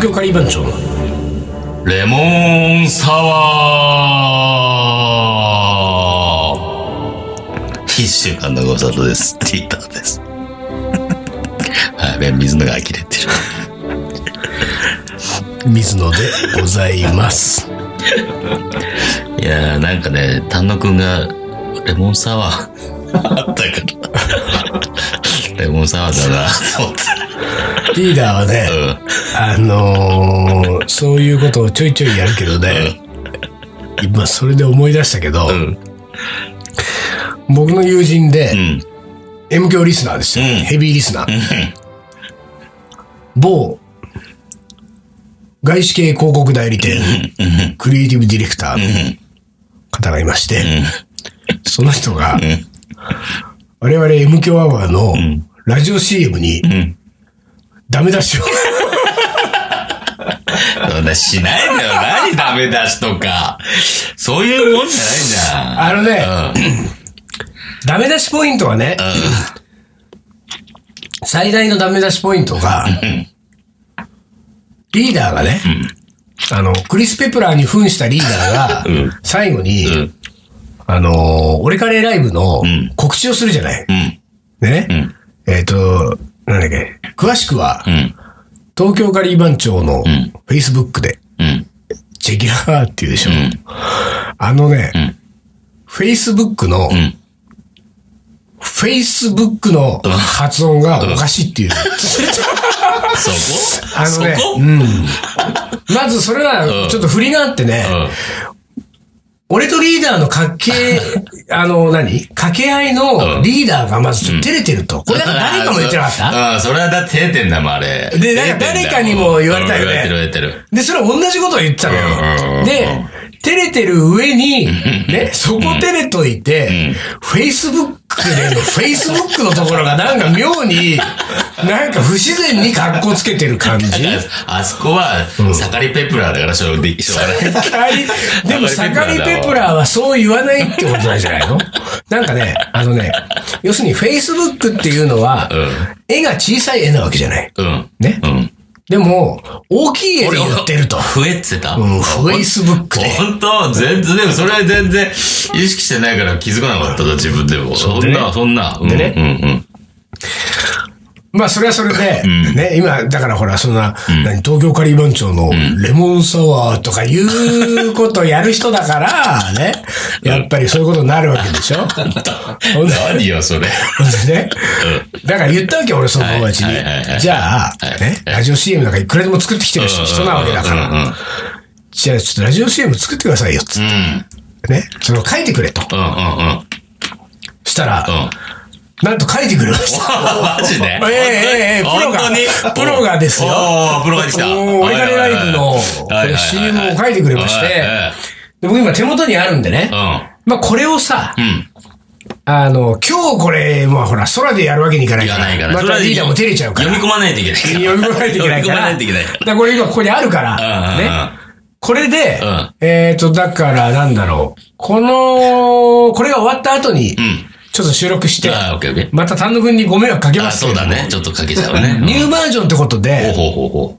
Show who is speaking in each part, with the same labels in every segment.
Speaker 1: 京カリー番長の
Speaker 2: レモンサワー一週間のご無沙汰です。ティーターです。 はい、ね水のが呆れてる。
Speaker 1: 水野でございます。
Speaker 2: いやー、なんかね、丹野くんが、レモンサワーあったから、レモンサワーだな、と思 っ
Speaker 1: リーダーはね、あのー、そういうことをちょいちょいやるけどね、今それで思い出したけど、
Speaker 2: て。うん。うん。
Speaker 1: 僕の友人で、
Speaker 2: うん。
Speaker 1: M 響リスナーですよ、
Speaker 2: うん
Speaker 1: ヘビーリスナー。某、外資系広告代理店、クリエイティブディレクターの方がいまして、その人が、我々 M 響アワーのラジオ CM に
Speaker 2: ん、
Speaker 1: ダメ出しを、
Speaker 2: そんなしないのよ。何ダメ出しとか。そういうもんじゃな
Speaker 1: あ
Speaker 2: いじゃん。
Speaker 1: のね、ダメ出しポイントはね、最大のダメ出しポイントが、リーダーがね、あの、クリス・ペプラーに扮したリーダーが、最後に、
Speaker 2: ん
Speaker 1: あのー、俺カレーライブの告知をするじゃない。
Speaker 2: うん。
Speaker 1: でね、えっ、と、なんだっけ、詳しくは、
Speaker 2: うん。
Speaker 1: 東京カリー番長の
Speaker 2: ん
Speaker 1: Facebook で、
Speaker 2: うん。
Speaker 1: チェキラーっていうでしょ。
Speaker 2: ん
Speaker 1: あのね、
Speaker 2: ん
Speaker 1: Facebook の、
Speaker 2: ん
Speaker 1: Facebook の発音がおかしいっていう。
Speaker 2: そこ
Speaker 1: あのね
Speaker 2: そこ、
Speaker 1: うん。まずそれは、ちょっと振りがあってね、俺とリーダーの掛け、あの、何掛け合いのリーダーがまずちょっと照れてると。これなんか誰かも言ってなかった
Speaker 2: たうん、それはだって照れてんだもん、あれ。
Speaker 1: でなんか誰かにも言われたよね
Speaker 2: うん言われてる、言われてる。
Speaker 1: で、それ同じことを言ってたの
Speaker 2: うんうんう
Speaker 1: よ。
Speaker 2: ん
Speaker 1: で、照れてる上 に、ね、そこ照れといて、フェイスブックでの、フェイスブックのところがなんか妙 に、なんか不自然に格好つけてる感じ。
Speaker 2: ああそこは、サカリペプラーだから、しょうがない。しょう がない
Speaker 1: でも、サカリペプラーはそう言わないってことなんじゃないのなんかね、あのね、要するにフェイスブックっていうのは、絵が小さい絵なわけじゃない。
Speaker 2: うん。
Speaker 1: ね
Speaker 2: うん。
Speaker 1: でも、大きい絵で言ってると。
Speaker 2: 増えてた。
Speaker 1: うん、フェイスブックで。
Speaker 2: 本当全然、でもそれは全然意識してないから気づかなかっただ、自分でも。そ
Speaker 1: で
Speaker 2: ん
Speaker 1: ね
Speaker 2: な、そんな。
Speaker 1: でね
Speaker 2: うんうんうん。
Speaker 1: まあ、それはそれで、ね、今、だからほら、そんな、何東京カリー番長のレモンサワーとかいうことをやる人だから、ね、やっぱりそういうことになるわけで しょ。ほんで
Speaker 2: 何よ、それ。
Speaker 1: ほんでね、だから言ったわけよ、俺、その友達に
Speaker 2: はいはいはいは。い
Speaker 1: じゃあ
Speaker 2: は、い
Speaker 1: ね、ラジオ CM なんかいくらでも作ってきてる人人なわけだか
Speaker 2: うんうん
Speaker 1: ら、じゃあ、ちょっとラジオ CM 作ってくださいよ、つっ
Speaker 2: うん。
Speaker 1: てね、それを書いてくれと。
Speaker 2: うんうんうん。
Speaker 1: したら、
Speaker 2: うん。
Speaker 1: なんと書いてくれました。
Speaker 2: マジ で
Speaker 1: ええええええプロが
Speaker 2: 本当に
Speaker 1: プロがですよ
Speaker 2: おープロができた。
Speaker 1: もう俺からライブの、こ
Speaker 2: はいはいはい
Speaker 1: れ CM を書いてくれまし
Speaker 2: はいはい
Speaker 1: て
Speaker 2: はい、
Speaker 1: で僕今手元にあるんでね、まあこれをさ
Speaker 2: う、ん。
Speaker 1: あの、今日これ、まあほら、空でやるわけにいかない
Speaker 2: うん。い
Speaker 1: か、
Speaker 2: かないからら。
Speaker 1: ま
Speaker 2: それ
Speaker 1: た
Speaker 2: は
Speaker 1: リーダーも照れちゃうから。
Speaker 2: 読み込まないといけないから。
Speaker 1: 読み込まないといけないから。
Speaker 2: 読み込まないといけないか
Speaker 1: だからこれ今ここにあるから、
Speaker 2: うんうんうん
Speaker 1: ね。これで、
Speaker 2: うん
Speaker 1: えっ、と、だからなんだろう。この、これが終わった後に、
Speaker 2: ん
Speaker 1: ちょっと収録して、
Speaker 2: ら。あー、オッケーオッケ
Speaker 1: また丹野くんにご迷惑かけ
Speaker 2: ー。
Speaker 1: ま
Speaker 2: あ、
Speaker 1: すけれ
Speaker 2: そう
Speaker 1: ども
Speaker 2: だね。ちょっとかけちゃうね。
Speaker 1: ニューバージョンってこと
Speaker 2: うん
Speaker 1: で、
Speaker 2: ほうほうほうほ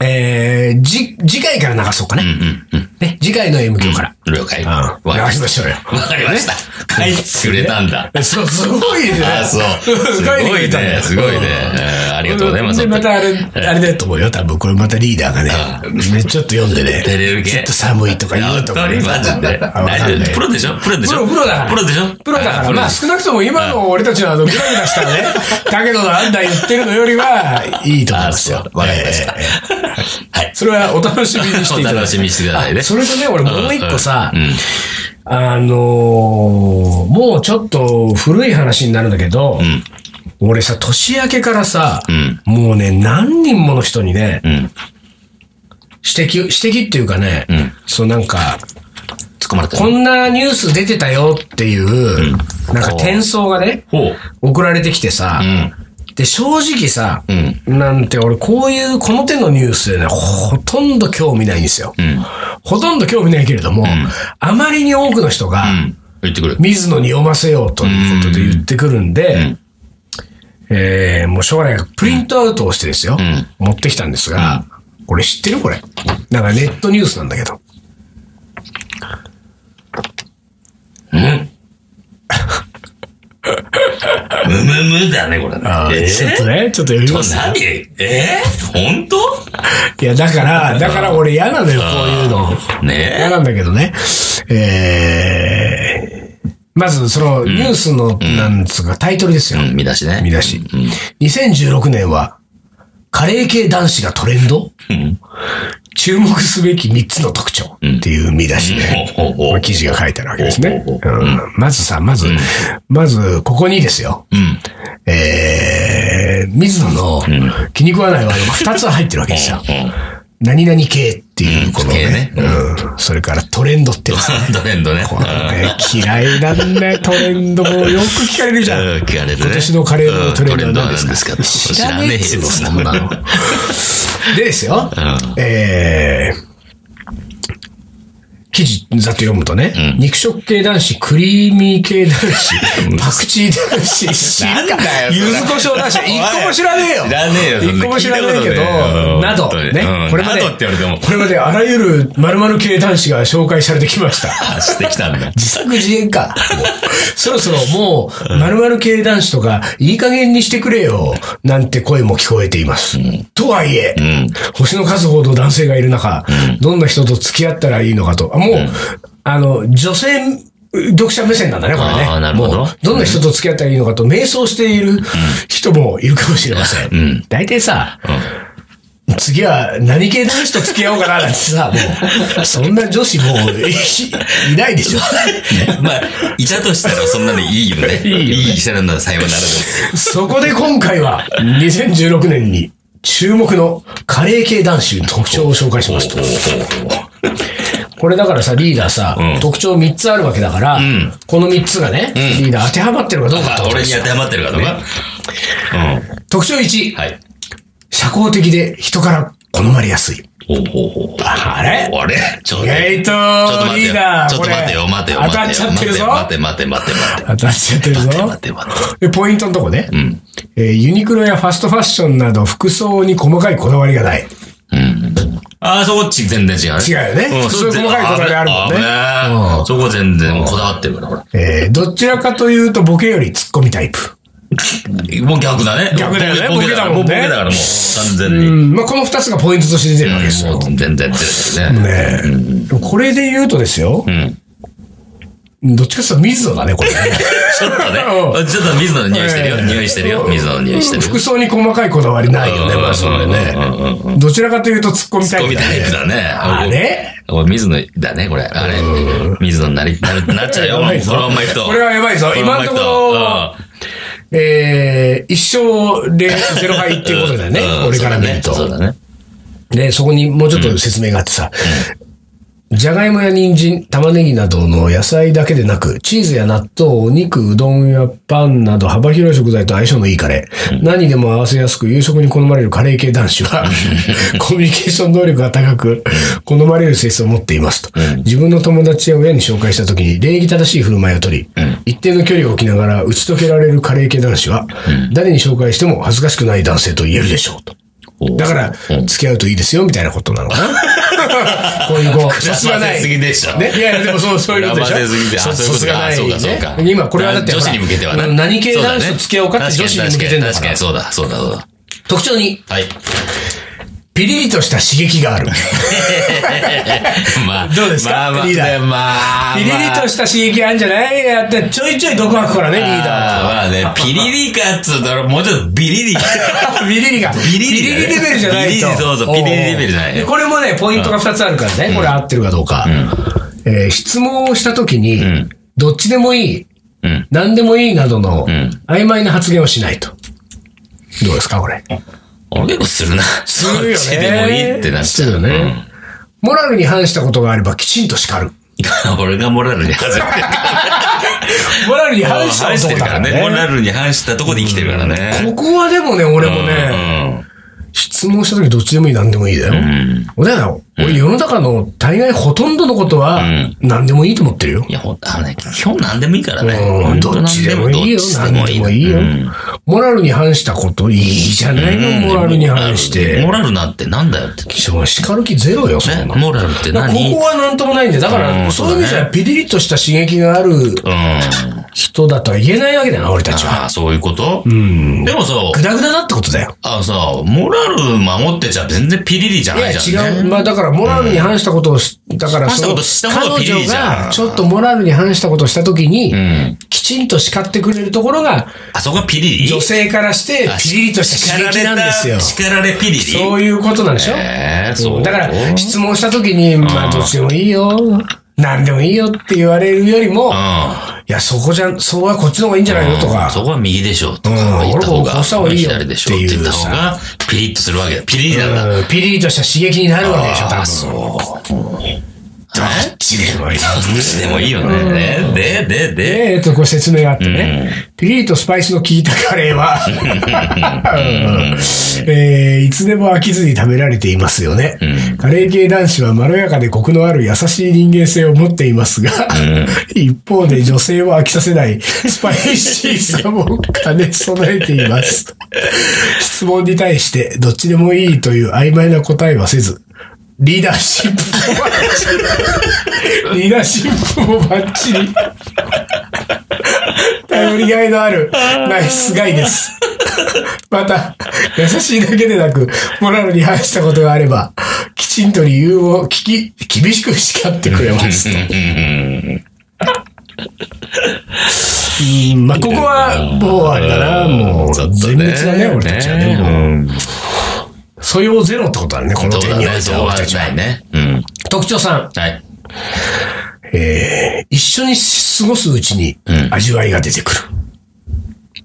Speaker 1: えー、じ、次回から流そうかね。
Speaker 2: う。うんうん
Speaker 1: ね、次回の M 響から。
Speaker 2: うん。了解。わ
Speaker 1: うん。流
Speaker 2: かり
Speaker 1: し
Speaker 2: ま
Speaker 1: ま
Speaker 2: し
Speaker 1: しょうよ。
Speaker 2: た。わかりました。書いてくれたんだ。
Speaker 1: そう、すごいね。
Speaker 2: あー、そう。すご
Speaker 1: 書て
Speaker 2: い
Speaker 1: くれたんだ
Speaker 2: ね。
Speaker 1: よ
Speaker 2: すごいね。えーありがとうございます。
Speaker 1: で、またあれ、あれだと思うよ。多分、これまたリーダーがね
Speaker 2: あ、
Speaker 1: ね、ちょっと読んでね、
Speaker 2: 照れる系
Speaker 1: ちょっと寒いとか言うとか
Speaker 2: 本当
Speaker 1: ね。
Speaker 2: にマジで。
Speaker 1: あわかんない
Speaker 2: プロでしょプロでしょ
Speaker 1: プロプロだから
Speaker 2: プロでしょ
Speaker 1: プロだか
Speaker 2: あ
Speaker 1: ら、
Speaker 2: プロ
Speaker 1: まあ
Speaker 2: です
Speaker 1: 少なくとも今の俺たちのあの、グラグラした ね、だけどなんだ言ってるのよりは、いいと思いますよ
Speaker 2: あ。そうわかりました
Speaker 1: ええ。
Speaker 2: はい。
Speaker 1: それはお楽しみにしていただ
Speaker 2: お
Speaker 1: い
Speaker 2: 楽
Speaker 1: て。
Speaker 2: しみにしてくださいね。
Speaker 1: それとね、俺もう一個さ
Speaker 2: うん、
Speaker 1: あのー、もうちょっと古い話になるんだけど、俺さ、年明けからさ、
Speaker 2: ん
Speaker 1: もうね、何人もの人にね、
Speaker 2: ん
Speaker 1: 指摘、指摘っていうかね、そうなんか、
Speaker 2: 突っ込まれた
Speaker 1: こんなニュース出てたよっていう、なんか転送がね、
Speaker 2: ほう。
Speaker 1: 送られてきてさ、
Speaker 2: ん
Speaker 1: で、正直さ、
Speaker 2: ん
Speaker 1: なんて俺こういう、この手のニュースでね、ほとんど興味ないんですよ。ほとんど興味ないけれども、あまりに多くの人が、
Speaker 2: うん。言ってくれ。
Speaker 1: 水野に読ませようということで言ってくるんで、えーもうしょうがないから、プリントアウトをしてですよ、
Speaker 2: ん
Speaker 1: 持ってきたんですが、これ知ってるこれ。なんかネットニュースなんだけど。
Speaker 2: うん。むむむだね、これね。え
Speaker 1: ちょっと
Speaker 2: ー
Speaker 1: ね、ちょっと読み
Speaker 2: ちょ
Speaker 1: ます。
Speaker 2: 何えー、本当
Speaker 1: いや、だから、だから俺嫌なのよ、こういうの。嫌
Speaker 2: ね
Speaker 1: なんだけどね。えー、まず、その、ニュースの、なんつうか、タイトルですよ
Speaker 2: え。。うん、見出しね。
Speaker 1: 見出し。2016年は、カレー系男子がトレンド
Speaker 2: うん。
Speaker 1: 注目すべき3つの特徴っていう見出しで、
Speaker 2: ほうほうほう
Speaker 1: 記事が書いてあるわけですね。
Speaker 2: ほうほう
Speaker 1: うんまずさ、まず、まず、ここにですよ。
Speaker 2: うん。
Speaker 1: えー、水野の気に食わないワードが2つ入ってるわけですよ。何々系っていうこのね。
Speaker 2: うん系
Speaker 1: うんそれからトレンドってやつね。
Speaker 2: トレンドね。
Speaker 1: これね嫌いなんだよ、トレンド。もうよく聞かれるじゃん。
Speaker 2: うん聞かれるね
Speaker 1: 今年のカレーのトレンドは何
Speaker 2: うんトレンドは何
Speaker 1: で
Speaker 2: ですす
Speaker 1: か
Speaker 2: か
Speaker 1: 知らねえっつうの、
Speaker 2: 知
Speaker 1: そ
Speaker 2: ら
Speaker 1: ん
Speaker 2: ねえ
Speaker 1: なの。でですよ、えー、記事ざっと読むとね、肉食系男子、クリーミー系男子、パクチー男子、
Speaker 2: なんだよそれ
Speaker 1: 柚子胡椒男子、一個も知らねえよ。
Speaker 2: 知らねえよそんな
Speaker 1: 一個も知らねえけ
Speaker 2: 聞いたことねえ
Speaker 1: ど、
Speaker 2: よ
Speaker 1: など、
Speaker 2: 本当に
Speaker 1: ね
Speaker 2: う、ん
Speaker 1: これまで、
Speaker 2: などって言われても
Speaker 1: これまであらゆる〇〇系男子が紹介されてきました。
Speaker 2: あ、してきたんだ。
Speaker 1: 自作自演か。 そろそろもう、〇〇系男子とか、いい加減にしてくれよ、なんて声も聞こえています。とはいえ、星の数ほど男性がいる中、どんな人と付き合ったらいいのかと。あもう、あの、女性、読者目線なんだね、これね。
Speaker 2: あーなるほど
Speaker 1: もうどんな人と付き合ったらいいのかと、迷走している人もいるかもしれません。大体さ、次は何系男子と付き合おうかななんてさ、もう、そんな女子もういいないでしょ。
Speaker 2: まあ、いたとしたらそんなのいいよね。いい医者なんだ、幸いならです。
Speaker 1: そこで今回は、2016年に注目のカレー系男子の特徴を紹介しますと。これだからさ、リーダーさ、
Speaker 2: ん
Speaker 1: 特徴3つあるわけだから、この3つがね、リーダー当てはまってるかどうかって
Speaker 2: あ
Speaker 1: こと
Speaker 2: 俺
Speaker 1: です
Speaker 2: に当
Speaker 1: よ
Speaker 2: てはまってるかとか。うん。
Speaker 1: 特徴1、
Speaker 2: はい。
Speaker 1: 社交的で人から好まれやすい。
Speaker 2: ほうほうほう。
Speaker 1: あれ
Speaker 2: あれちょっと
Speaker 1: 意
Speaker 2: 待
Speaker 1: 外と
Speaker 2: って
Speaker 1: リー
Speaker 2: よ。
Speaker 1: ダー、
Speaker 2: ちょっと待って
Speaker 1: こ
Speaker 2: よ、
Speaker 1: れ
Speaker 2: 待てよ、
Speaker 1: 当たっちゃってるぞ。
Speaker 2: 待て待て待て待て待て。
Speaker 1: 当たっちゃってるぞ。
Speaker 2: 待て待て待て。
Speaker 1: で、ポイントのとこね。えーユニクロやファストファッションなど服装に細かいこだわりがない。
Speaker 2: あー、そこっち全然違うね。
Speaker 1: 違うよね
Speaker 2: ん
Speaker 1: そういう細かいこだわりあるもんね
Speaker 2: あねそこ全然こだわってるから、ほら。
Speaker 1: えーどちらかというとボケよりツッコミタイプ。
Speaker 2: もう逆だね。
Speaker 1: 逆だよね
Speaker 2: ボケだから、
Speaker 1: ボ
Speaker 2: ボ
Speaker 1: ケだも
Speaker 2: ケ
Speaker 1: んね
Speaker 2: だからもう完全
Speaker 1: う
Speaker 2: に。
Speaker 1: ん、まあ、この二つがポイントとして出てるわけですよ。
Speaker 2: もう全然出てるね。
Speaker 1: ねえこれで言うとですよ。どっちかというと水野だね、これね。
Speaker 2: ちょっと
Speaker 1: う
Speaker 2: ね、ちょっと水野の匂いしてるよ。
Speaker 1: ええ
Speaker 2: 匂いしてるよ。水野の匂いしてるよ。
Speaker 1: 服装に細かいこだわりないよね、
Speaker 2: うん
Speaker 1: まあ、それ
Speaker 2: うんうん
Speaker 1: ね。どちらかというとツッコミタイ
Speaker 2: ゴ
Speaker 1: プ
Speaker 2: ミ
Speaker 1: だ
Speaker 2: タイプ
Speaker 1: ね。
Speaker 2: だね。
Speaker 1: あれ
Speaker 2: お水野だね、これ。あれ。水野になり、なるなっちゃうよ。
Speaker 1: やばいぞ
Speaker 2: このまま行くと。
Speaker 1: これはやばいぞ
Speaker 2: このまま行く
Speaker 1: 今のえー、一生でゼロ敗っていうことだよね
Speaker 2: うん。
Speaker 1: 俺から見ると。
Speaker 2: そうだね。
Speaker 1: で、そこにもうちょっと説明があってさ、じゃがいもや人参、玉ねぎなどの野菜だけでなく、チーズや納豆、お肉、うどんやパンなど幅広い食材と相性のいいカレー。何でも合わせやすく夕食に好まれるカレー系男子は、 コミュニケーション能力が高く、好まれる性質を持っていますと。自分の友達や親に紹介した時に礼儀正しい振る舞いをとり、一定の距離を置きながら打ち解けられるカレー系男子は、誰に紹介しても恥ずかしくない男性と言えるでしょうと。
Speaker 2: そう
Speaker 1: だから、付き合うといいですよ、みたいなことなのか なこういうこう、
Speaker 2: 膨らませ
Speaker 1: 卒がない。
Speaker 2: すぎでしょ
Speaker 1: ね、いやいや、でもそう、そういうことでしょ。
Speaker 2: 膨らませすぎてあ
Speaker 1: そ
Speaker 2: そういうことか
Speaker 1: 卒がない、ね。
Speaker 2: そうかそうか
Speaker 1: 今、これはだってほ
Speaker 2: 女
Speaker 1: ら、
Speaker 2: 子に向けてはな。
Speaker 1: 何系男子
Speaker 2: そうだ
Speaker 1: と
Speaker 2: ね
Speaker 1: 付き合おうかって女子に向けてんだ
Speaker 2: 確
Speaker 1: か
Speaker 2: からに、。そうだ、そうだ、そうだ。
Speaker 1: 特徴に、
Speaker 2: はい。
Speaker 1: ピリリとした刺激がある。
Speaker 2: まあ、
Speaker 1: どうですか
Speaker 2: まあまあ、
Speaker 1: リーダー
Speaker 2: ねまあ、
Speaker 1: ピリリとした刺激あるんじゃないやって、ちょいちょい毒吐くからね、リーダーは。
Speaker 2: まあね、ピリリかっつうと、もうちょっとビリリ。
Speaker 1: ビリリが。
Speaker 2: ビリリだね
Speaker 1: レベルじゃないと。
Speaker 2: ビリリそうそう
Speaker 1: おー
Speaker 2: ビリリレベルじゃない
Speaker 1: でこれもね、ポイントが2つあるからね。これ合ってるかどうか。えー質問をしたときに、
Speaker 2: ん
Speaker 1: どっちでもいい、
Speaker 2: うん
Speaker 1: 何でもいいなどの
Speaker 2: ん
Speaker 1: 曖昧な発言をしないと。どうですか、これ。
Speaker 2: 俺結構するな。
Speaker 1: するよね
Speaker 2: どっちでもいいってなっちゃ
Speaker 1: するよ
Speaker 2: う。
Speaker 1: ねモラルに反したことがあればきちんと叱る。
Speaker 2: うん俺がモラルに外れてる。
Speaker 1: モラルに反した
Speaker 2: 反し
Speaker 1: 男
Speaker 2: てる
Speaker 1: だか
Speaker 2: か
Speaker 1: らら
Speaker 2: ね。モラ
Speaker 1: ね。
Speaker 2: ルに反したとこで生きてるからね。
Speaker 1: ここはでもね、俺もね、
Speaker 2: うん
Speaker 1: 質問した時どっちでもいい何でもいいだよ。俺だよ。俺世の中の大概ほとんどのことは
Speaker 2: ん
Speaker 1: 何でもいいと思ってるよ。
Speaker 2: いや、ほんと、あのね、基本何でもいいからね。
Speaker 1: うん
Speaker 2: ほんと
Speaker 1: どっちでもいいよ。何でもいいよ
Speaker 2: うん。
Speaker 1: モラルに反したこといいじゃないの、モラルに反して。
Speaker 2: モラルなんてなんだよって。
Speaker 1: 叱る気ゼロよ、そんな
Speaker 2: ね、
Speaker 1: の。
Speaker 2: モラルって
Speaker 1: だからこ
Speaker 2: 何
Speaker 1: こはなんともないんで、だか
Speaker 2: う
Speaker 1: ら、
Speaker 2: ん
Speaker 1: そういう意味じ
Speaker 2: そうだ
Speaker 1: ゃ、ピリリとした刺激がある
Speaker 2: うん。
Speaker 1: 人だとは言えないわけだよな、俺たちは。
Speaker 2: ああ、そういうこと
Speaker 1: うん。
Speaker 2: でもさ、
Speaker 1: グダグダだってことだよ。
Speaker 2: あのさ、モラル守ってちゃ全然ピリリじゃ
Speaker 1: い
Speaker 2: な
Speaker 1: や、
Speaker 2: いじゃん、ね。
Speaker 1: 違う。まあ、だから、モラルに反したことをし、だから、
Speaker 2: 反し
Speaker 1: そ
Speaker 2: た
Speaker 1: の
Speaker 2: ことした方が
Speaker 1: 彼
Speaker 2: ピリ
Speaker 1: 女
Speaker 2: リじゃん
Speaker 1: が、ちょっとモラルに反したことをしたときに、
Speaker 2: うん。
Speaker 1: きちんと叱ってくれるところが、
Speaker 2: あそこはピリリ
Speaker 1: 女性からして、ピリリとした刺激なんですよ。
Speaker 2: 叱られた叱られピリリ
Speaker 1: そういうことなんでしょ
Speaker 2: えーそう
Speaker 1: だから、質問したときに、まあ、どっちでもいいよ。何でもいいよって言われるよりも、
Speaker 2: うん。
Speaker 1: いや、そこじゃ、そうはこっちの方がいいんじゃないのと
Speaker 2: うん
Speaker 1: か。
Speaker 2: そこは右でしょと
Speaker 1: う
Speaker 2: か
Speaker 1: ん
Speaker 2: 言っ
Speaker 1: 俺
Speaker 2: た方
Speaker 1: もこうした方
Speaker 2: が、
Speaker 1: がいいよ
Speaker 2: 左でしょって言った方が、ピリッとするわけだ。ピリリなんだ。
Speaker 1: うんピリリとした刺激になるわけでしょ、多分。
Speaker 2: あ、そう。
Speaker 1: どっちでもいい。
Speaker 2: 無視でもいいよね。で、で、で。
Speaker 1: えーと、ご説明があってね。ピリリとスパイスの効いたカレーは、うん えーいつでも飽きずに食べられていますよね。カレー系男子はまろやかでコクのある優しい人間性を持っていますが、一方で女性を飽きさせないスパイシーさも兼ね備えています。質問に対して、どっちでもいいという曖昧な答えはせず、リーダーシップもバッチリ。リーダーシップもバッチリ。頼りがいのあるナイスガイです。また、優しいだけでなく、モラルに反したことがあれば、きちんと理由を聞き、厳しく叱ってくれます。うんまあ、ここは、もうあれだな、もう、
Speaker 2: ちょっと
Speaker 1: 全滅だね、俺たちはね。もう
Speaker 2: うん
Speaker 1: 素養ゼロってことだね、この
Speaker 2: そう
Speaker 1: 点
Speaker 2: だ
Speaker 1: にお
Speaker 2: ね、
Speaker 1: いて
Speaker 2: そう
Speaker 1: は俺
Speaker 2: は
Speaker 1: たちは
Speaker 2: ないね。うん。
Speaker 1: 特徴さん、
Speaker 2: はい。
Speaker 1: えー一緒に過ごすうちに
Speaker 2: うん
Speaker 1: 味わいが出てくる。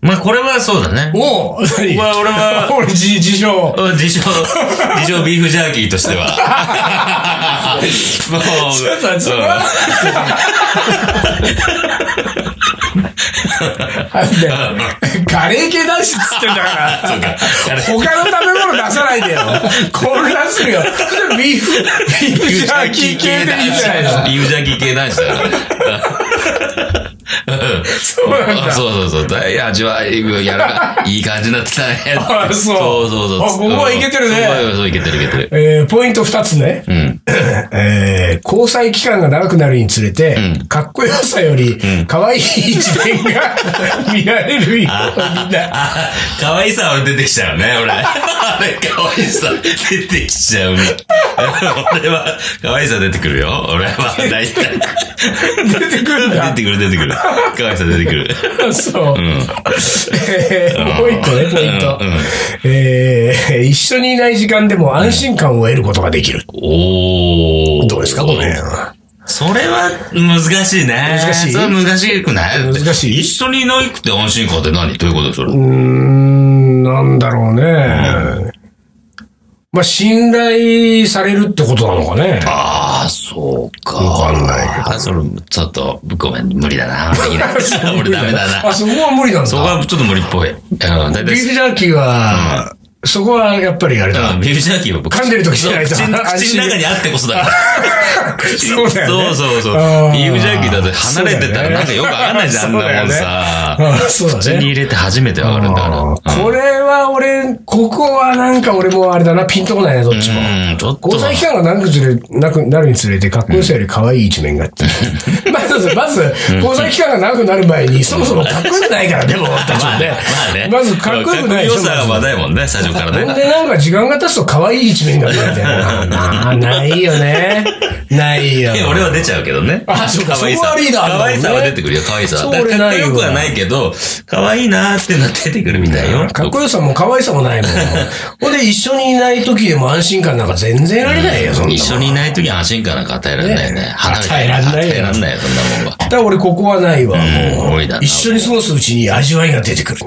Speaker 2: まあ、これはそうだね。
Speaker 1: おお何
Speaker 2: まあ俺は
Speaker 1: 俺自、自 称。
Speaker 2: うん自称、自称ビーフジャーキーとしては。もう、
Speaker 1: ちょっと待って
Speaker 2: うん
Speaker 1: あんたカレー系男子っつってんだから。
Speaker 2: そうか
Speaker 1: 他の食べ物出さないでよ。混乱するよ。ビーフ、ビーフジャーキー系でいいじゃないの。
Speaker 2: ビーフジャーキー系男子だから。うん
Speaker 1: そうなん
Speaker 2: あ
Speaker 1: だ。
Speaker 2: そうそうそう。だいや、味わい、やらかい、いい感じになってきたね。
Speaker 1: あそう
Speaker 2: そうそうそう。
Speaker 1: あここはいけてるね
Speaker 2: そうそうそう、いけてるいけてる。
Speaker 1: えーポイント2つね。
Speaker 2: うん。
Speaker 1: えー交際期間が長くなるにつれて、
Speaker 2: うん
Speaker 1: かっこよさより、可愛い一面が見られるようにな
Speaker 2: あ、可愛さは出てきちゃうね、俺。あれ、可愛さ出てきちゃう。俺は、可愛さ出てくるよ。俺は、大体。
Speaker 1: 出てくるんだ。
Speaker 2: 出てくる、出てくる。可愛さ出てくる。
Speaker 1: そう。
Speaker 2: うん。
Speaker 1: えーもう一個 ね、ポイント
Speaker 2: うんうん。
Speaker 1: えー一緒にいない時間でも安心感を得ることができる。
Speaker 2: おー。
Speaker 1: どうですか、この辺は。
Speaker 2: それは難しいね。
Speaker 1: 難しい
Speaker 2: それは難しくない
Speaker 1: 難しい
Speaker 2: 一緒にいないくて安心感って何どういうことそれ。
Speaker 1: うーん、なんだろうね。まあ、信頼されるってことなのかね。
Speaker 2: ああ、そうか。
Speaker 1: わかんないけ
Speaker 2: あそれ、ちょっと、ごめん、無理 だな。できない俺ダメだ
Speaker 1: あ、
Speaker 2: な。
Speaker 1: そこは無理なん
Speaker 2: そこ
Speaker 1: だ。
Speaker 2: はちょっと無理っぽい。うん、だいたい、うん、
Speaker 1: ビーフジャーキーは、そこはやっぱりあれだ。
Speaker 2: ビーフジャーキーは僕
Speaker 1: 噛んでる時じゃないと
Speaker 2: 口の口の中にあってこそだから。口
Speaker 1: そうだよね
Speaker 2: そうそうそう
Speaker 1: あー
Speaker 2: ビーフジャーキーだって離れてたらなんかよくわかんないじゃん、
Speaker 1: そう
Speaker 2: あ
Speaker 1: だ
Speaker 2: んな
Speaker 1: よ
Speaker 2: もん
Speaker 1: ね
Speaker 2: さ。
Speaker 1: あそうだね
Speaker 2: 口に入れて初めてわかるんだから。
Speaker 1: あーこれは俺、ここはなんか俺もあれだな、ピンとこないな、どっちも。
Speaker 2: うん、ちょっと。
Speaker 1: 交際期間が長くずれなくなるにつれて、かっこよさより可愛い一面があって。 まず、まず、交際期間が長くなる前に、そもそもかっこよくないからね、でも、俺たち
Speaker 2: ま
Speaker 1: は
Speaker 2: あ
Speaker 1: ね
Speaker 2: ね。。まあね。
Speaker 1: まず、かっこよくないでし
Speaker 2: でしょ。
Speaker 1: ょ。
Speaker 2: 良さが話
Speaker 1: まず
Speaker 2: 題もんね、最初から
Speaker 1: ほん
Speaker 2: ね。
Speaker 1: で、なんか時間が経つと可愛い一面が見えて。まあないよね。ないよ
Speaker 2: い。や、俺は出ちゃうけどね。
Speaker 1: あそうか
Speaker 2: 可愛
Speaker 1: そこはリーダーなんだもんね
Speaker 2: 可愛さは出てくるよ、可愛さ
Speaker 1: そ
Speaker 2: は。
Speaker 1: う
Speaker 2: だからか
Speaker 1: 俺な
Speaker 2: っこ
Speaker 1: い
Speaker 2: よ
Speaker 1: わ
Speaker 2: くはないけど、可愛いなーってなって出てくるみたいよ。
Speaker 1: かっこよさも可愛さもないもん。ほんで、一緒にいない時でも安心感なんか全然得られないよ、そんなもん。
Speaker 2: 一緒にいないとき安心感なんか与えられないよね。
Speaker 1: ね
Speaker 2: 離れて
Speaker 1: 与えらんないよ
Speaker 2: 与えらんないよ、そんなもんは。
Speaker 1: だから俺ここはないわ、
Speaker 2: うん
Speaker 1: もう
Speaker 2: 多いだな
Speaker 1: 一緒に過ごすうちに味わいが出てくる。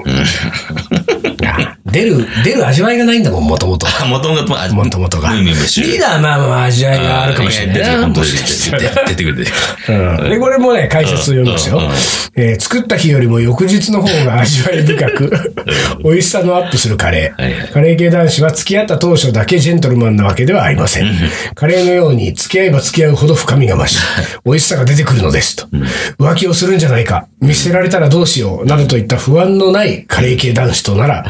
Speaker 1: 出る、出る味わいがないんだもん、もともと。
Speaker 2: あ、もともと、あ
Speaker 1: もともとが。
Speaker 2: うん
Speaker 1: リ
Speaker 2: うんうん
Speaker 1: ーダーはまあまあ味わいがあるかもしれない
Speaker 2: 出てく
Speaker 1: な。
Speaker 2: る
Speaker 1: もしかしたら
Speaker 2: 出てくる、出てくる。出てくる
Speaker 1: うんで、これもね、解説を読みますよ
Speaker 2: うんうん。
Speaker 1: えー作った日よりも翌日の方 が味わい深く、美味しさのアップするカレ
Speaker 2: はいは
Speaker 1: ー。カレー系男子は付き合った当初だけジェントルマンなわけではありません。カレーのように付き合えば付き合うほど深みが増し、美味しさが出てくるのですと。浮気をするんじゃないか。見捨てられたらどうしよう、などといった不安のないカレー系男子となら、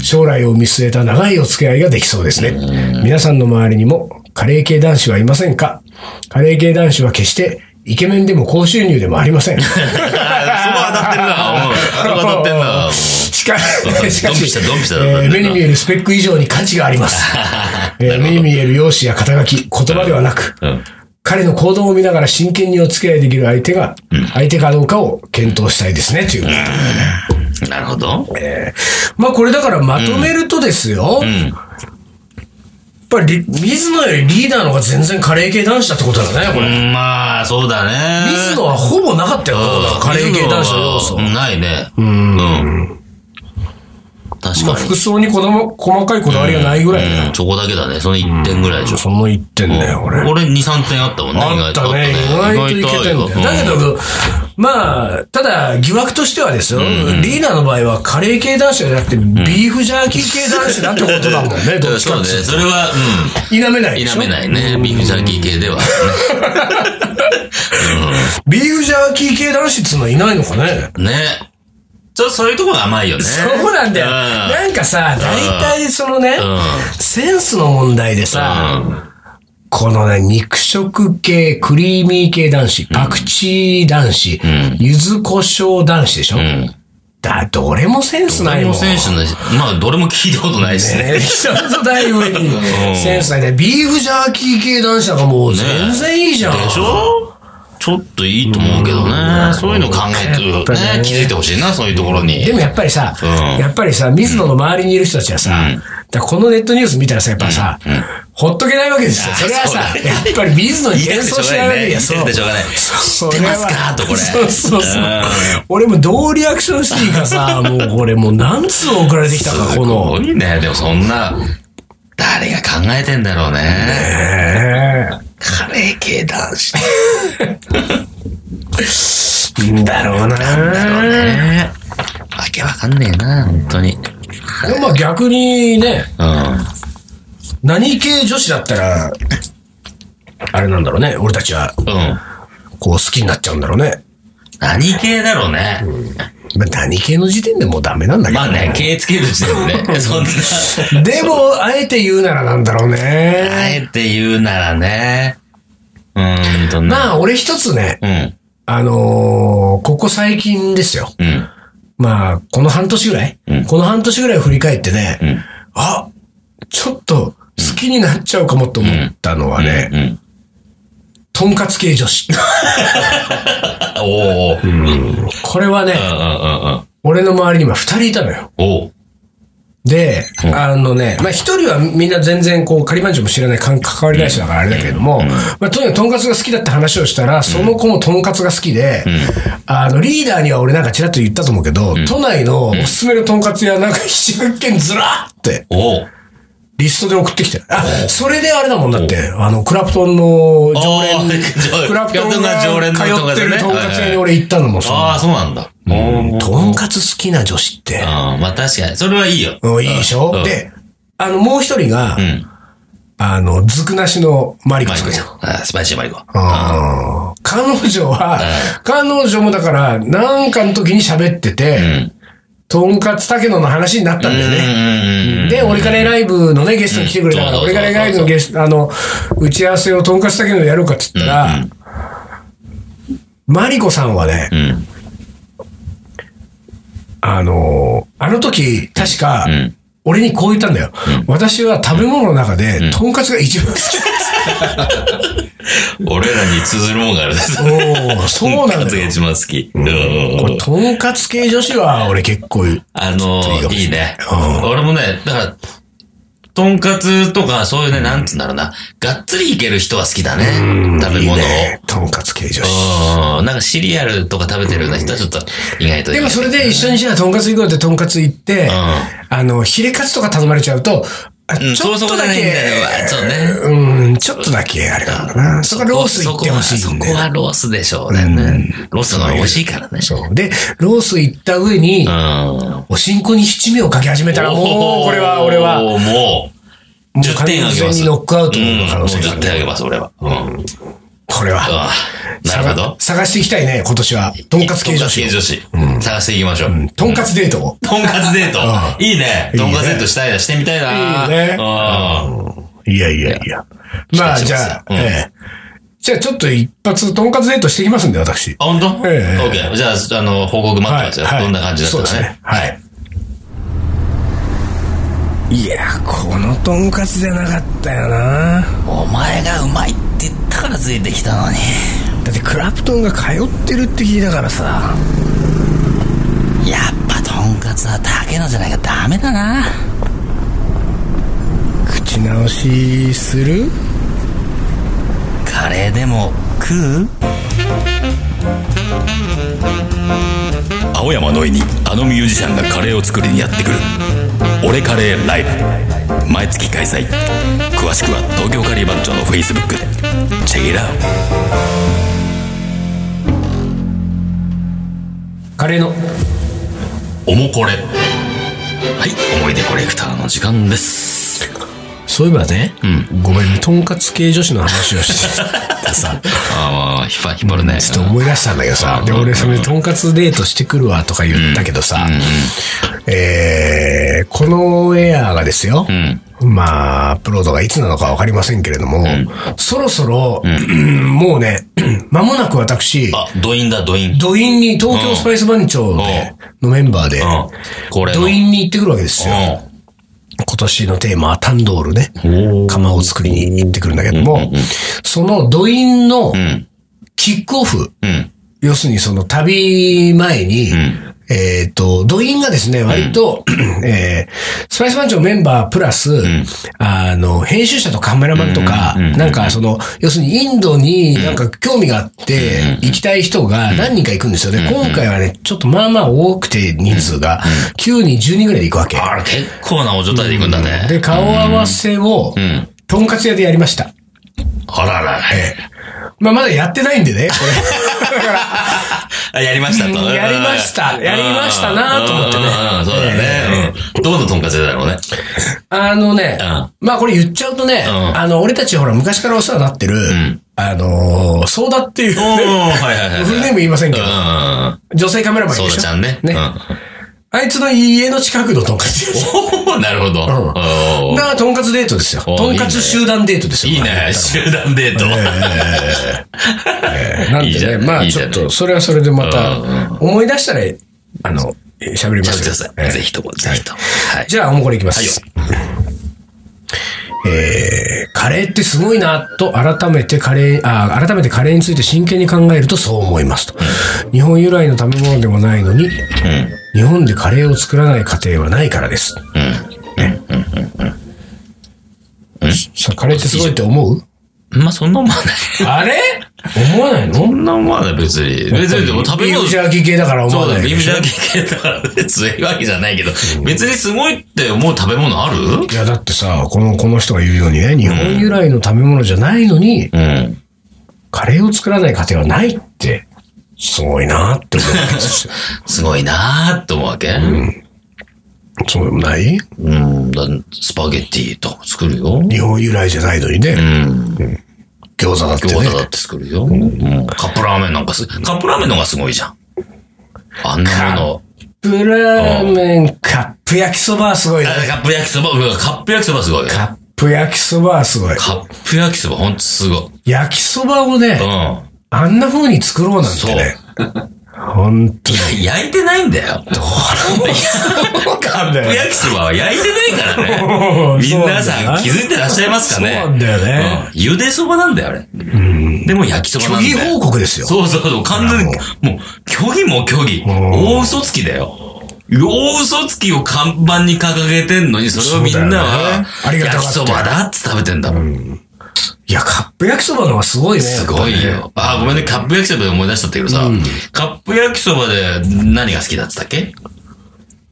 Speaker 1: 将来を見据えた長いお付き合いができそうですね。皆さんの周りにも、カレー系男子はいませんかカレー系男子は決して、イケメンでも高収入でもありま せん。そこ
Speaker 2: 当たってるなうんそこ当たってんなうん
Speaker 1: しかしか
Speaker 2: ドンピシ
Speaker 1: し
Speaker 2: ャドンピシャだ
Speaker 1: えー目に見えるスペック以上に価値があります。 えー目に見える容姿や肩書き、言葉ではなく、
Speaker 2: うん
Speaker 1: 彼の行動を見ながら真剣にお付き合いできる相手が、相手かどうかを検討したいですね、という。
Speaker 2: なるほど。
Speaker 1: まあこれだからまとめるとですよ、やっぱりリ水野よりリーダーの方が全然カレー系男子だってことだね、こ
Speaker 2: う
Speaker 1: れ。
Speaker 2: ん、まあ、そうだね。
Speaker 1: 水野はほぼなかったよ、
Speaker 2: うん
Speaker 1: カレー系男子の要素。
Speaker 2: うんないね。うん。確
Speaker 1: まあ
Speaker 2: かに。
Speaker 1: 服装にこだま細かいこだわりがないぐらいだよ。
Speaker 2: うんそこだけだね。その1点ぐらいでしょ。
Speaker 1: その一点だよ、これ。
Speaker 2: 俺2、3点あったもんね、
Speaker 1: あったね。意外といけてんだよ。だけ、
Speaker 2: あったよ
Speaker 1: ど、まあ、ただ、疑惑としてはですよ、リーダーの場合はカレー系男子じゃなくて、ビーフジャーキー系男子だってことだもん ね、
Speaker 2: うん
Speaker 1: どっち
Speaker 2: そう
Speaker 1: か
Speaker 2: ね。
Speaker 1: っていう
Speaker 2: それは、う
Speaker 1: と。否めない
Speaker 2: ん。
Speaker 1: でし
Speaker 2: 否
Speaker 1: ょ
Speaker 2: めないね。ビーフジャーキー系では。ね
Speaker 1: ビーフジャーキー系男子っつうのはいないのかね
Speaker 2: ね。ちょっとそういうとこが甘いよね。
Speaker 1: そうなんだよ。なんかさ、大体そのね
Speaker 2: う、ん。
Speaker 1: センスの問題でさ、
Speaker 2: うん。
Speaker 1: このね、肉食系、クリーミー系男子、パクチー男子、柚子胡椒男子でしょ
Speaker 2: ん
Speaker 1: だ、どれもセンスない
Speaker 2: こ
Speaker 1: も
Speaker 2: の
Speaker 1: ん。
Speaker 2: 選手の、まあ、どれも聞いたことないしね。
Speaker 1: ね、ちょっとだいぶセンスないね。ビーフジャーキー系男子なんかもう全然いいじゃん。
Speaker 2: でしょちょっといいと思うけどね。そういうの考えて
Speaker 1: やっぱね
Speaker 2: ね、気づいてほしいな、そういうところに。
Speaker 1: でもやっぱりさ、
Speaker 2: うん
Speaker 1: やっぱりさ、水野の周りにいる人たちはさ、だからこのネットニュース見たらさ、やっぱさ、ほっとけないわけですよ。それはさ、
Speaker 2: あそうだね
Speaker 1: やっぱり水野に
Speaker 2: 言いた
Speaker 1: 演
Speaker 2: くてし
Speaker 1: 奏
Speaker 2: ょう
Speaker 1: し
Speaker 2: が
Speaker 1: ないわ
Speaker 2: な
Speaker 1: け
Speaker 2: いね。
Speaker 1: で
Speaker 2: 言い
Speaker 1: す
Speaker 2: た
Speaker 1: よ。
Speaker 2: くてしょうがない。知
Speaker 1: そ
Speaker 2: って
Speaker 1: れは
Speaker 2: ますかと、これ。。
Speaker 1: そうそうそううん俺もどうリアクションしていいか さ、もうこれもう何通送られてきたか、
Speaker 2: す
Speaker 1: この
Speaker 2: ご。いね。でもそんな、誰が考えてんだろうね。
Speaker 1: え
Speaker 2: カレー系男子。
Speaker 1: えいいんだろうな。
Speaker 2: だろうね。わけわかんねえな、本当に。
Speaker 1: でもまあ逆にね、
Speaker 2: うん。
Speaker 1: 何系女子だったら、あれなんだろうね、俺たちは、
Speaker 2: うん。
Speaker 1: こう好きになっちゃうんだろうね。
Speaker 2: 何系だろうね。
Speaker 1: まあ、何系の時点でもうダメなんだけど
Speaker 2: まあね、系つける時点でね。そんな。
Speaker 1: でも、あえて言うならなんだろう
Speaker 2: あ
Speaker 1: ね。
Speaker 2: えて言うならね。うーんとね。
Speaker 1: まあ、俺一つね、
Speaker 2: うん。
Speaker 1: あのーここ最近ですよ。
Speaker 2: うん。
Speaker 1: まあ、この半年ぐらい、
Speaker 2: うん
Speaker 1: この半年ぐらいを振り返ってね、
Speaker 2: うん
Speaker 1: あ、ちょっと好きになっちゃうかもと思ったのはね、
Speaker 2: うん。
Speaker 1: とんかつ系女子。
Speaker 2: あおーおー。うんうんうんうん。
Speaker 1: これはね、俺の周りに今二人いたのよ。
Speaker 2: おー
Speaker 1: で、
Speaker 2: うん
Speaker 1: あのね、まあ一人はみんな全然こう、仮番長も知らない関関わりない人だからあれだけれども、まあとにかくとんかつが好きだって話をしたら、その子もとんかつが好きで、あの、リーダーには俺なんかちらっと言ったと思うけど、都内のおすすめのとんかつ屋なんか7、8件ずらーって。
Speaker 2: おー
Speaker 1: リストで送ってきて。あ、それであれだもんだって、あの、クラプトンの常
Speaker 2: あ
Speaker 1: 連、
Speaker 2: ー 常連
Speaker 1: クラプトンが
Speaker 2: クラプトンが常連のとん
Speaker 1: 通
Speaker 2: か
Speaker 1: っ
Speaker 2: つ
Speaker 1: て
Speaker 2: 屋ね
Speaker 1: るとんかつ屋に俺行ったのもそう。
Speaker 2: ああ、そうなんだ。おー
Speaker 1: とんかつ好きな女子って、
Speaker 2: あーまあ確かに。それはいいよ。
Speaker 1: うんいいでしょ
Speaker 2: うん
Speaker 1: で、あの、もう一人が
Speaker 2: う、ん。
Speaker 1: あの、ずくなしのマリコ
Speaker 2: マリ
Speaker 1: さ
Speaker 2: コ
Speaker 1: ん
Speaker 2: さ
Speaker 1: よ。
Speaker 2: ん。あースパイシーマリコ。
Speaker 1: あー彼女は、彼女もだから、なんかの時に喋って
Speaker 2: うん。う
Speaker 1: て、
Speaker 2: ん
Speaker 1: とんかつたけのの話になったんだよね。
Speaker 2: うんうん。
Speaker 1: で、俺からライブのね、ゲストに来てくれたか
Speaker 2: う
Speaker 1: ら、
Speaker 2: ん
Speaker 1: 俺からライブのゲスト、あの、打ち合わせをとんかつたけのやろうかって言ったら、マリコさんはね、
Speaker 2: うん。
Speaker 1: あのー、あの時、確か、
Speaker 2: ん
Speaker 1: 俺にこう言ったんだよ。私は食べ物の中で、とんかつが一番好きです。
Speaker 2: 俺らに通ずるもんがあるです。
Speaker 1: おーそうなん
Speaker 2: カツ
Speaker 1: だ
Speaker 2: が
Speaker 1: よ。
Speaker 2: 一番好き。うんうんうん
Speaker 1: これ、とんかつ系女子は、俺結構、
Speaker 2: あの
Speaker 1: ちょっといいよ
Speaker 2: いいね
Speaker 1: う。
Speaker 2: 俺もね、だから、とんかつとか、そういうね、なんつうんだろうな。がっつりいける人は好きだね。食べ
Speaker 1: いい
Speaker 2: 物を。
Speaker 1: ね。とんかつ系女子。
Speaker 2: うん。なんかシリアルとか食べてるような人はちょっと意外といい
Speaker 1: でもそれで一緒にじゃあとんかつ行こうってとんかつ行って、あの、ヒレカツとか頼まれちゃうと、あ
Speaker 2: うん、
Speaker 1: ち
Speaker 2: そ
Speaker 1: ょ
Speaker 2: う
Speaker 1: っ
Speaker 2: そことじゃ
Speaker 1: だ
Speaker 2: ないんだよ
Speaker 1: け、。
Speaker 2: そうね。
Speaker 1: うん、ちょっとだけあれなんだな。そこはロース行ってほし
Speaker 2: そ
Speaker 1: いん
Speaker 2: こ
Speaker 1: だ
Speaker 2: は
Speaker 1: よ。
Speaker 2: ロースでしょうね。ロースの方が美味しいからね。
Speaker 1: そう。で、ロース行った上に、
Speaker 2: うん。
Speaker 1: おしんこに七味をかけ始めたら、もう、これは、俺は、も
Speaker 2: もう、もう
Speaker 1: う
Speaker 2: 10点あげます。
Speaker 1: 完全にノックアウトの可能性
Speaker 2: うん
Speaker 1: が
Speaker 2: も
Speaker 1: ある
Speaker 2: う10。点あげます、俺は。うん。
Speaker 1: これは。
Speaker 2: ああなるほど
Speaker 1: 探。探していきたいね、今年は。とんかつ系女子
Speaker 2: とんかつ系
Speaker 1: を。
Speaker 2: 女子。探していきましょう。
Speaker 1: とんかつデートを。
Speaker 2: とんかつデート。いいね。
Speaker 1: いい
Speaker 2: と
Speaker 1: ね
Speaker 2: んかつデートしたいな、してみたいな。
Speaker 1: いいね
Speaker 2: うん
Speaker 1: いやいやいや。まあ、
Speaker 2: 期
Speaker 1: じ
Speaker 2: 待してま
Speaker 1: ゃ
Speaker 2: す
Speaker 1: あ、ええ。じゃあ、ちょっと一発、とんかつデートしてきますんで、私。
Speaker 2: あ、本当？
Speaker 1: ええ
Speaker 2: ?OK。じゃあ、あの、報告待ってますよ。どんな感じだ
Speaker 1: そう
Speaker 2: っ
Speaker 1: で
Speaker 2: た
Speaker 1: す
Speaker 2: かね
Speaker 1: ね。。はい。いや、このとんかつじゃなかったよな。
Speaker 2: お前がうまいって言ったからついてきたのに。
Speaker 1: だってクラプトンが通ってるって聞いたからさ。
Speaker 2: やっぱとんかつは竹野じゃないかダメだな。
Speaker 1: 口直しする
Speaker 2: カレーでも食う
Speaker 3: 青山のいにあのミュージシャンがカレーを作りにやってくる「俺カレーライブ」毎月開催詳しくは東京カリー番長のフェイスブックでチェックイットアウト
Speaker 1: カレーの。
Speaker 2: おもこれ。はい、思い出コレクターの時間です。
Speaker 1: そういえばね、ごめんね、とんかつ系女子の話をしてたさ。
Speaker 2: ああ、引っ張引っ張るね。
Speaker 1: ちょっと思い出したんだけどさ、で、俺、それ、とんかつデートしてくるわとか言ったけどさ、えー、このオンエアがですよ、まあ、アップロードがいつなのかわかりませんけれども、そろそろ、 もうね、間もなく私、
Speaker 2: あ、ドインだ、ドイン。
Speaker 1: 土院に東京スパイス番長でのメンバーで、
Speaker 2: うん。これの。
Speaker 1: 土院に行ってくるわけですよ。今年のテーマはタンドールね。
Speaker 2: うん。
Speaker 1: 釜を作りに行ってくるんだけども、その土院の
Speaker 2: ん
Speaker 1: キックオフ、
Speaker 2: うん。
Speaker 1: 要するにその旅前に、えっと、土院がですね、割と、 えースパイス番長メンバープラス、あの、編集者とカメラマンとか、なんかその、要するにインドになんか興味があって、行きたい人が何人か行くんですよね。今回はね、ちょっとまあまあ多くて人数が、9人、10人ぐらいで行くわけ。
Speaker 2: あれ、結構なお状態で行くんだね。
Speaker 1: で、顔合わせを、とんかつ屋でやりました。
Speaker 2: あららら。
Speaker 1: まあ、まだやってないんでね、これ。だから
Speaker 2: あやりました
Speaker 1: う
Speaker 2: と。
Speaker 1: んやりましたやりましたなと思ってね
Speaker 2: うんうんそうだね。うんどうのとんかつだろうね。
Speaker 1: あのね、
Speaker 2: う
Speaker 1: まあこれ言っちゃうとね、
Speaker 2: ん
Speaker 1: あの、俺たちほら昔からお世話になってる、あのー、ソーダっていう、
Speaker 2: おー、はいはいは い。
Speaker 1: フルネーム言いませんけど、
Speaker 2: うん。
Speaker 1: 女性カメラマン
Speaker 2: そう
Speaker 1: で
Speaker 2: だ
Speaker 1: し
Speaker 2: ちゃ
Speaker 1: ょ
Speaker 2: んね。
Speaker 1: ねあいつの家の近くのとんかつです。
Speaker 2: うん。おーなるほど。おー
Speaker 1: なとんかつデートですよ。
Speaker 2: お
Speaker 1: とんかつ集団デートですよ。
Speaker 2: いいね。集団デート。
Speaker 1: えー。なん
Speaker 2: いいじゃ
Speaker 1: で
Speaker 2: な
Speaker 1: ね、
Speaker 2: い
Speaker 1: まあ
Speaker 2: いい
Speaker 1: ち
Speaker 2: じゃ
Speaker 1: ょ
Speaker 2: な
Speaker 1: っ
Speaker 2: い
Speaker 1: と、それはそれでまた、思い出したら、あの、喋りま
Speaker 2: やっ
Speaker 1: すけ
Speaker 2: てく
Speaker 1: ど
Speaker 2: ださい。ぜひとも、ぜひとも。はい。
Speaker 1: じゃあ、おもこれいきます。えー、カレーってすごいな、と改めてカレー、あー、改めてカレーについて真剣に考えるとそう思いますと。日本由来の食べ物でもないのに、日本でカレーを作らない家庭はないからです。ねさカレーってすごいって思う
Speaker 2: まあ、そんなもんはない。
Speaker 1: あれ思わない
Speaker 2: そ
Speaker 1: の
Speaker 2: んなもんはない、別に。別に、でも食べ
Speaker 1: ビー
Speaker 2: 物
Speaker 1: フジャーキー系だから思
Speaker 2: そ
Speaker 1: わ
Speaker 2: う
Speaker 1: な
Speaker 2: だ、
Speaker 1: い
Speaker 2: ビー
Speaker 1: で
Speaker 2: ム
Speaker 1: し
Speaker 2: ジ
Speaker 1: ょ
Speaker 2: ャーキー系だから別にいいわけじゃないけど、別にすごいって思う食べ物ある
Speaker 1: いや、だってさ、この、この人が言うようにね、日本由来の食べ物じゃないのに、
Speaker 2: うん。
Speaker 1: カレーを作らない家庭はないって、すごいなって思うわけです よ。
Speaker 2: すごいなーって思うわけ
Speaker 1: そうでもない
Speaker 2: うん、だスパゲッティとか作るよ。うん。
Speaker 1: 日本由来じゃないのにね、餃子だって
Speaker 2: 餃子だ
Speaker 1: ね。
Speaker 2: って作るよ。うんカップラーメンなんかす、カップラーメンの方がすごいじゃん。あんなもの。
Speaker 1: プラーメン、カップ焼きそばはすごいね
Speaker 2: あ。カップ焼きそば、うんカップ焼きそばすごい。
Speaker 1: カップ焼きそばはすごい。
Speaker 2: カップ焼きそばほんとすごい。
Speaker 1: 焼きそばをね
Speaker 2: う、ん。
Speaker 1: あんな風に作ろうなんてね。本当に。
Speaker 2: いや焼いてないんだよ。どうカップ焼きそばは焼いてない からね。皆さん気
Speaker 1: い
Speaker 2: づいてらっしゃいますかね
Speaker 1: そうなんだよね。
Speaker 2: うん茹でそばなんだよ、あれ。でも焼きそば
Speaker 1: 虚
Speaker 2: なんだ
Speaker 1: 偽
Speaker 2: よ。
Speaker 1: 報告ですよ。
Speaker 2: そうそうそう、完全に、もう、虚偽も虚偽。大嘘つきだよ。大嘘つきを看板に掲げてんのに、それをみんな
Speaker 1: そうだよ
Speaker 2: は
Speaker 1: ね、ありがた
Speaker 2: 焼
Speaker 1: がっ
Speaker 2: き
Speaker 1: て
Speaker 2: そばだって食べてんだもん。
Speaker 1: いや、カップ焼きそばの方がすごいね。
Speaker 2: すごい
Speaker 1: やっぱね。
Speaker 2: よ。あ、ごめんね、カップ焼きそばで思い出しちゃったけどさ、カップ焼きそばで何が好きだって言ったっ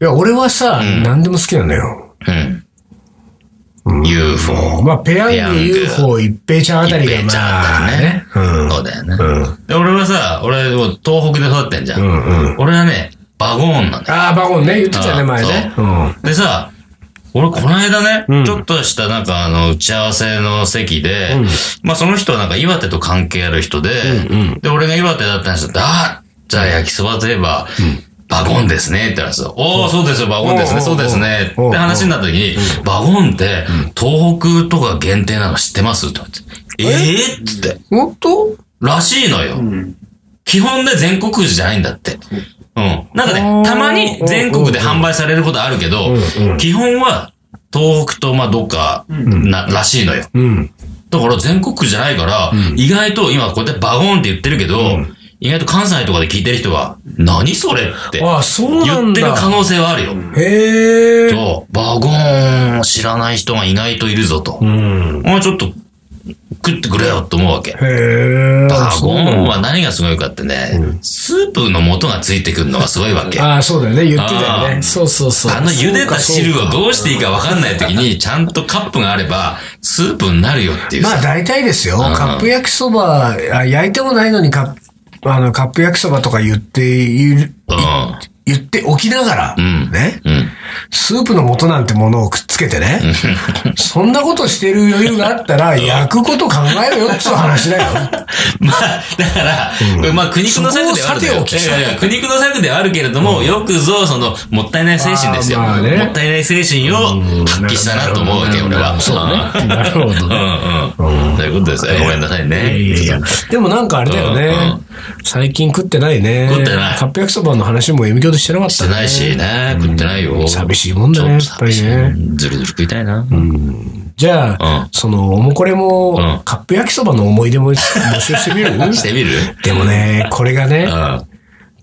Speaker 1: いや、俺はさ、何でも好きなのよ。
Speaker 2: けうん。UFO。
Speaker 1: まあ、ペヤ
Speaker 2: ペヤ
Speaker 1: ン
Speaker 2: ング
Speaker 1: グ、UFO、一平ちゃんあたり
Speaker 2: 一
Speaker 1: が、
Speaker 2: 平ちゃんあ
Speaker 1: ま
Speaker 2: た
Speaker 1: あ
Speaker 2: りね
Speaker 1: ね。うん。
Speaker 2: そうだよね。で俺はさ、俺、もう東北で育ってんじゃん。
Speaker 1: ん
Speaker 2: 俺はね、バゴーンなんだよ。
Speaker 1: ああ、バゴンね、言ってたね、前ね。
Speaker 2: そう
Speaker 1: うん。
Speaker 2: でさ、俺、この間ね、
Speaker 1: うん
Speaker 2: ちょっとしたなんかあの、打ち合わせの席で、
Speaker 1: うん
Speaker 2: まあその人はなんか岩手と関係ある人で、
Speaker 1: うん
Speaker 2: で、俺が岩手だったんですよ。あじゃあ焼きそばといえば、バゴンですね、って言ったんですよ。おー、そうですよ、バゴンですね、
Speaker 1: おう
Speaker 2: そうですね、っ
Speaker 1: おう
Speaker 2: て話になった時に、バゴンって、東北とか限定なの知ってますって言われて。えーっつって。
Speaker 1: 本当
Speaker 2: らしいのよ。基本で全国区じゃないんだって。うん。なんか
Speaker 1: お
Speaker 2: ね
Speaker 1: ー、
Speaker 2: たまに全国で販売されることあるけど
Speaker 1: うんうん、
Speaker 2: 基本は東北とまあどっかな、らしいのよ。
Speaker 1: うん。
Speaker 2: だから全国区じゃないから、意外と今こうやってバゴンって言ってるけど、意外と関西とかで聞いてる人は、何それって
Speaker 1: ああ、そうな
Speaker 2: 言
Speaker 1: ん
Speaker 2: ってる
Speaker 1: だ。
Speaker 2: 可能性はあるよ。
Speaker 1: へえ。
Speaker 2: そう、バゴンを知らない人が意外といるぞと
Speaker 1: う。ん。
Speaker 2: もうちょっと食ってくれよと思うわけ。
Speaker 1: へえ。
Speaker 2: バゴン
Speaker 1: あ
Speaker 2: は何がすごいかってね、スープの素がついてくるのがすごいわけ。あ
Speaker 1: あー、そうだよね。言ってたよ
Speaker 2: あ
Speaker 1: ね。
Speaker 2: ー
Speaker 1: そうそうそう。
Speaker 2: の茹でた汁
Speaker 1: そう
Speaker 2: を
Speaker 1: かそうか
Speaker 2: どうしていいか分かんない時に、ちゃんとカップがあれば、スープになるよっていう
Speaker 1: まあ
Speaker 2: さ。
Speaker 1: 大体ですよ。
Speaker 2: ん
Speaker 1: カップ焼きそば、あ焼いてもないのにカップ、あの、カップ焼きそばとか言っている、言っておきながら、
Speaker 2: ん
Speaker 1: ね。
Speaker 2: うん。うん。
Speaker 1: スープの素なんてものをくっつけて ね。そんなことしてる余裕があったら、焼くこと考えろよって話だよ。
Speaker 2: まあ、だから、これまあ、苦肉の策ではあるけ
Speaker 1: そこをさてお
Speaker 2: ど、
Speaker 1: き
Speaker 2: いやいや苦肉の策ではあるけれども、よくぞ、その、もったいない精神ですよ。
Speaker 1: あーまあね
Speaker 2: もったいない精神を発揮したなと思うわけ、
Speaker 1: うん
Speaker 2: 俺は。
Speaker 1: そうね。なるほどね。
Speaker 2: うん。うんうん。ということですね。ごめんなさいね。
Speaker 1: いやいやいやでもなんかあれだよ
Speaker 2: うんう
Speaker 1: ね。最近食ってないね。
Speaker 2: 食ってない
Speaker 1: カップ焼きそばの話も M 響でしてなかっ
Speaker 2: したて
Speaker 1: ね。
Speaker 2: ないしね、食ってないよ。
Speaker 1: 寂しいもんだね
Speaker 2: ちょと寂しい
Speaker 1: やっぱり
Speaker 2: ずるずる食いたいな。
Speaker 1: じゃあ、
Speaker 2: うん
Speaker 1: その、おもこれも、
Speaker 2: うん
Speaker 1: カップ焼きそばの思い出も募集してみる
Speaker 2: してみる
Speaker 1: でもね、これがね、
Speaker 2: うん。あ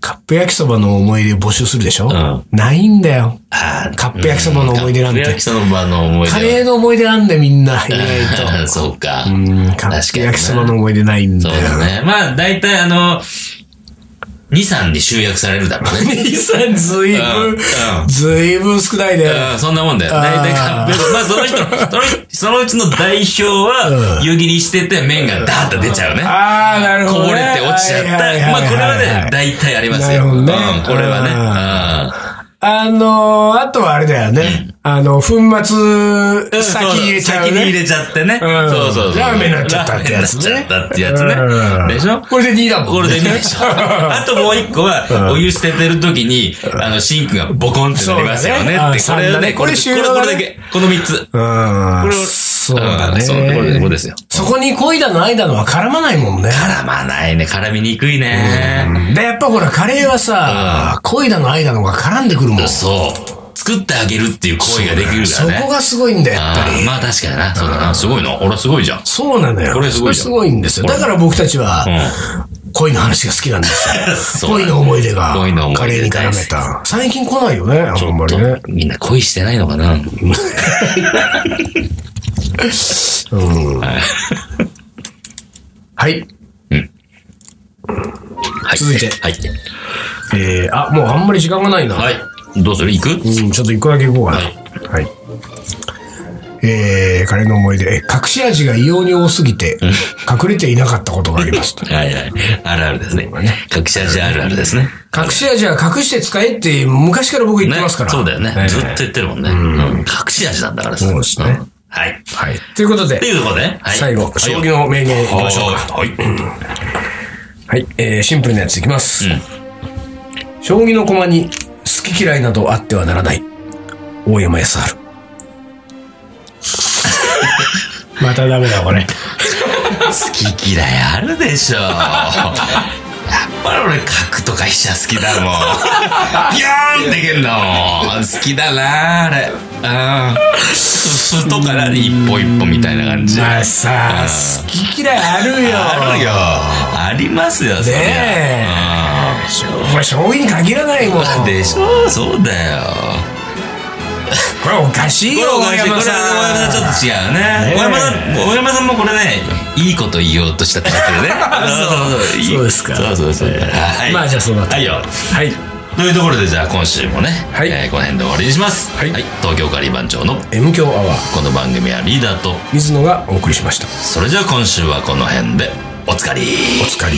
Speaker 1: カップ焼きそばの思い出募集するでしょ、
Speaker 2: ん
Speaker 1: ないんだよ。
Speaker 2: ー
Speaker 1: カップ焼きそばの思い出なんて
Speaker 2: カップ焼きそばの思い出。
Speaker 1: カレーの思い出なんだよ、みんな。意外と。
Speaker 2: そうか。
Speaker 1: うん、カップ
Speaker 2: 確かに
Speaker 1: 焼
Speaker 2: な
Speaker 1: きそばの思い出ないん
Speaker 2: そう
Speaker 1: だよ。
Speaker 2: だね。まあ、大体あの、2、3に集約されるだろ うね。
Speaker 1: 兄さん、ず いぶ
Speaker 2: うんうんん、
Speaker 1: ずいぶん少ないね。
Speaker 2: うんそんなもんだよ。大体カップ焼きまあ、その人、その人そのうちの代表は、湯切りしてて麺がダーッと出ちゃうね。
Speaker 1: ああ、なる
Speaker 2: こ
Speaker 1: ほど、ね。
Speaker 2: ぼれて落ちちゃった。
Speaker 1: はいはいはい
Speaker 2: まあ、これはね、
Speaker 1: い
Speaker 2: 大体ありますよ。
Speaker 1: なるほどね
Speaker 2: うん、これはね。うん
Speaker 1: あのー、あとはあれだよね。あの、粉末、先入れちゃうね。
Speaker 2: 先に入れちゃってね。
Speaker 1: うん
Speaker 2: そうそうそう。
Speaker 1: ラーメンになっちゃったってやつね
Speaker 2: ラーメンになっちゃったってやつね
Speaker 1: うん。
Speaker 2: でしょ
Speaker 1: これで2だもん
Speaker 2: これでね。あともう一個は、お湯捨ててる時に、あの、シンクがボコンってなりますよ
Speaker 1: そう
Speaker 2: ね
Speaker 1: だね
Speaker 2: って。
Speaker 1: あ
Speaker 2: これは
Speaker 1: そうだね
Speaker 2: ね、
Speaker 1: これ
Speaker 2: こ
Speaker 1: 収
Speaker 2: れ
Speaker 1: 納
Speaker 2: こ
Speaker 1: だね
Speaker 2: れだけ。この三つ。
Speaker 1: うん。
Speaker 2: これを
Speaker 1: そうだ
Speaker 2: うん
Speaker 1: ね。
Speaker 2: そうこれこれですよ
Speaker 1: そこに恋だの愛だのは絡まないもんね。
Speaker 2: 絡まないね。絡みにくいね。
Speaker 1: で、やっぱほら、カレーはさ、恋だの愛だのが絡んでくるもん。そ
Speaker 2: そう。作ってあげるっていう行為ができるからね。
Speaker 1: こがすごいんだよ、やっぱ
Speaker 2: あー
Speaker 1: り。
Speaker 2: まあ確かにな。そうだな。すごいの。俺すごいじゃん。
Speaker 1: そうなのよ。
Speaker 2: これすごいじゃん
Speaker 1: すごいんですよ。だから僕たちは
Speaker 2: う、ん。
Speaker 1: 恋の話が好きなんですよ。
Speaker 2: そう
Speaker 1: 恋の思い出が、
Speaker 2: 恋の思い出
Speaker 1: カレーに絡めた。最近来ないよね、あんまりね。
Speaker 2: みんな恋してないのかな。
Speaker 1: うんはい。
Speaker 2: はい
Speaker 1: 続いて
Speaker 2: はい。
Speaker 1: えー、あ、もうあんまり時間がないな。
Speaker 2: はい。どうする行く
Speaker 1: うん、ちょっと一個だけいこうかな。はい。えー、カレーの思い出。え隠し味が異様に多すぎて、隠れていなかったことがあり ます。
Speaker 2: はいはい。あるあるですね。隠し味あるあるですね。
Speaker 1: 隠し味は隠して使えって昔から僕言ってますから。
Speaker 2: ねそうだよね。ずっと言ってるもんね。うん隠し味なんだからさ
Speaker 1: そうですね
Speaker 2: んはい。
Speaker 1: はい。ということで
Speaker 2: と、いうことで、はい
Speaker 1: 最後、将棋の名言いきましょうか。
Speaker 2: はい。
Speaker 1: はい、えー、シンプルなやついきます。将棋の駒に好き嫌いなどあってはならない。大山康 晴。またダメだ、これ。
Speaker 2: 好き嫌いある でしょう。やっぱり俺、角とか飛車好きだもん。ビョーンってけんだもん。好きだなあれ。うん。すすとかな一歩一歩みたいな感じ。
Speaker 1: まあさ、
Speaker 2: う
Speaker 1: 好き嫌いあるよ。
Speaker 2: あるよ。 ありますよ、そりゃ
Speaker 1: ねえお前、将棋に限らないもん。
Speaker 2: うん。でしょそうだよ。
Speaker 1: これおかしいよ、
Speaker 2: こ
Speaker 1: 大
Speaker 2: れ、これ、こ
Speaker 1: 山
Speaker 2: れ、
Speaker 1: さん。
Speaker 2: ちょっと違うね
Speaker 1: ね。え
Speaker 2: 小山さん、小山さんもこれね、いいこと言おうとしたってなってるね。そう
Speaker 1: そうですか
Speaker 2: そうそうそう。はい。
Speaker 1: まあじゃあそうなった
Speaker 2: はいよ。
Speaker 1: はい。
Speaker 2: というところで、じゃあ今週もね、
Speaker 1: はい
Speaker 2: えーこの辺で終わりにします。
Speaker 1: はい
Speaker 2: 東京カリバン長の
Speaker 1: M 強アワー、
Speaker 2: この番組はリーダーと、
Speaker 1: 水野がお送りしました。
Speaker 2: それじゃあ今週はこの辺で、おつかり。
Speaker 1: お疲れ。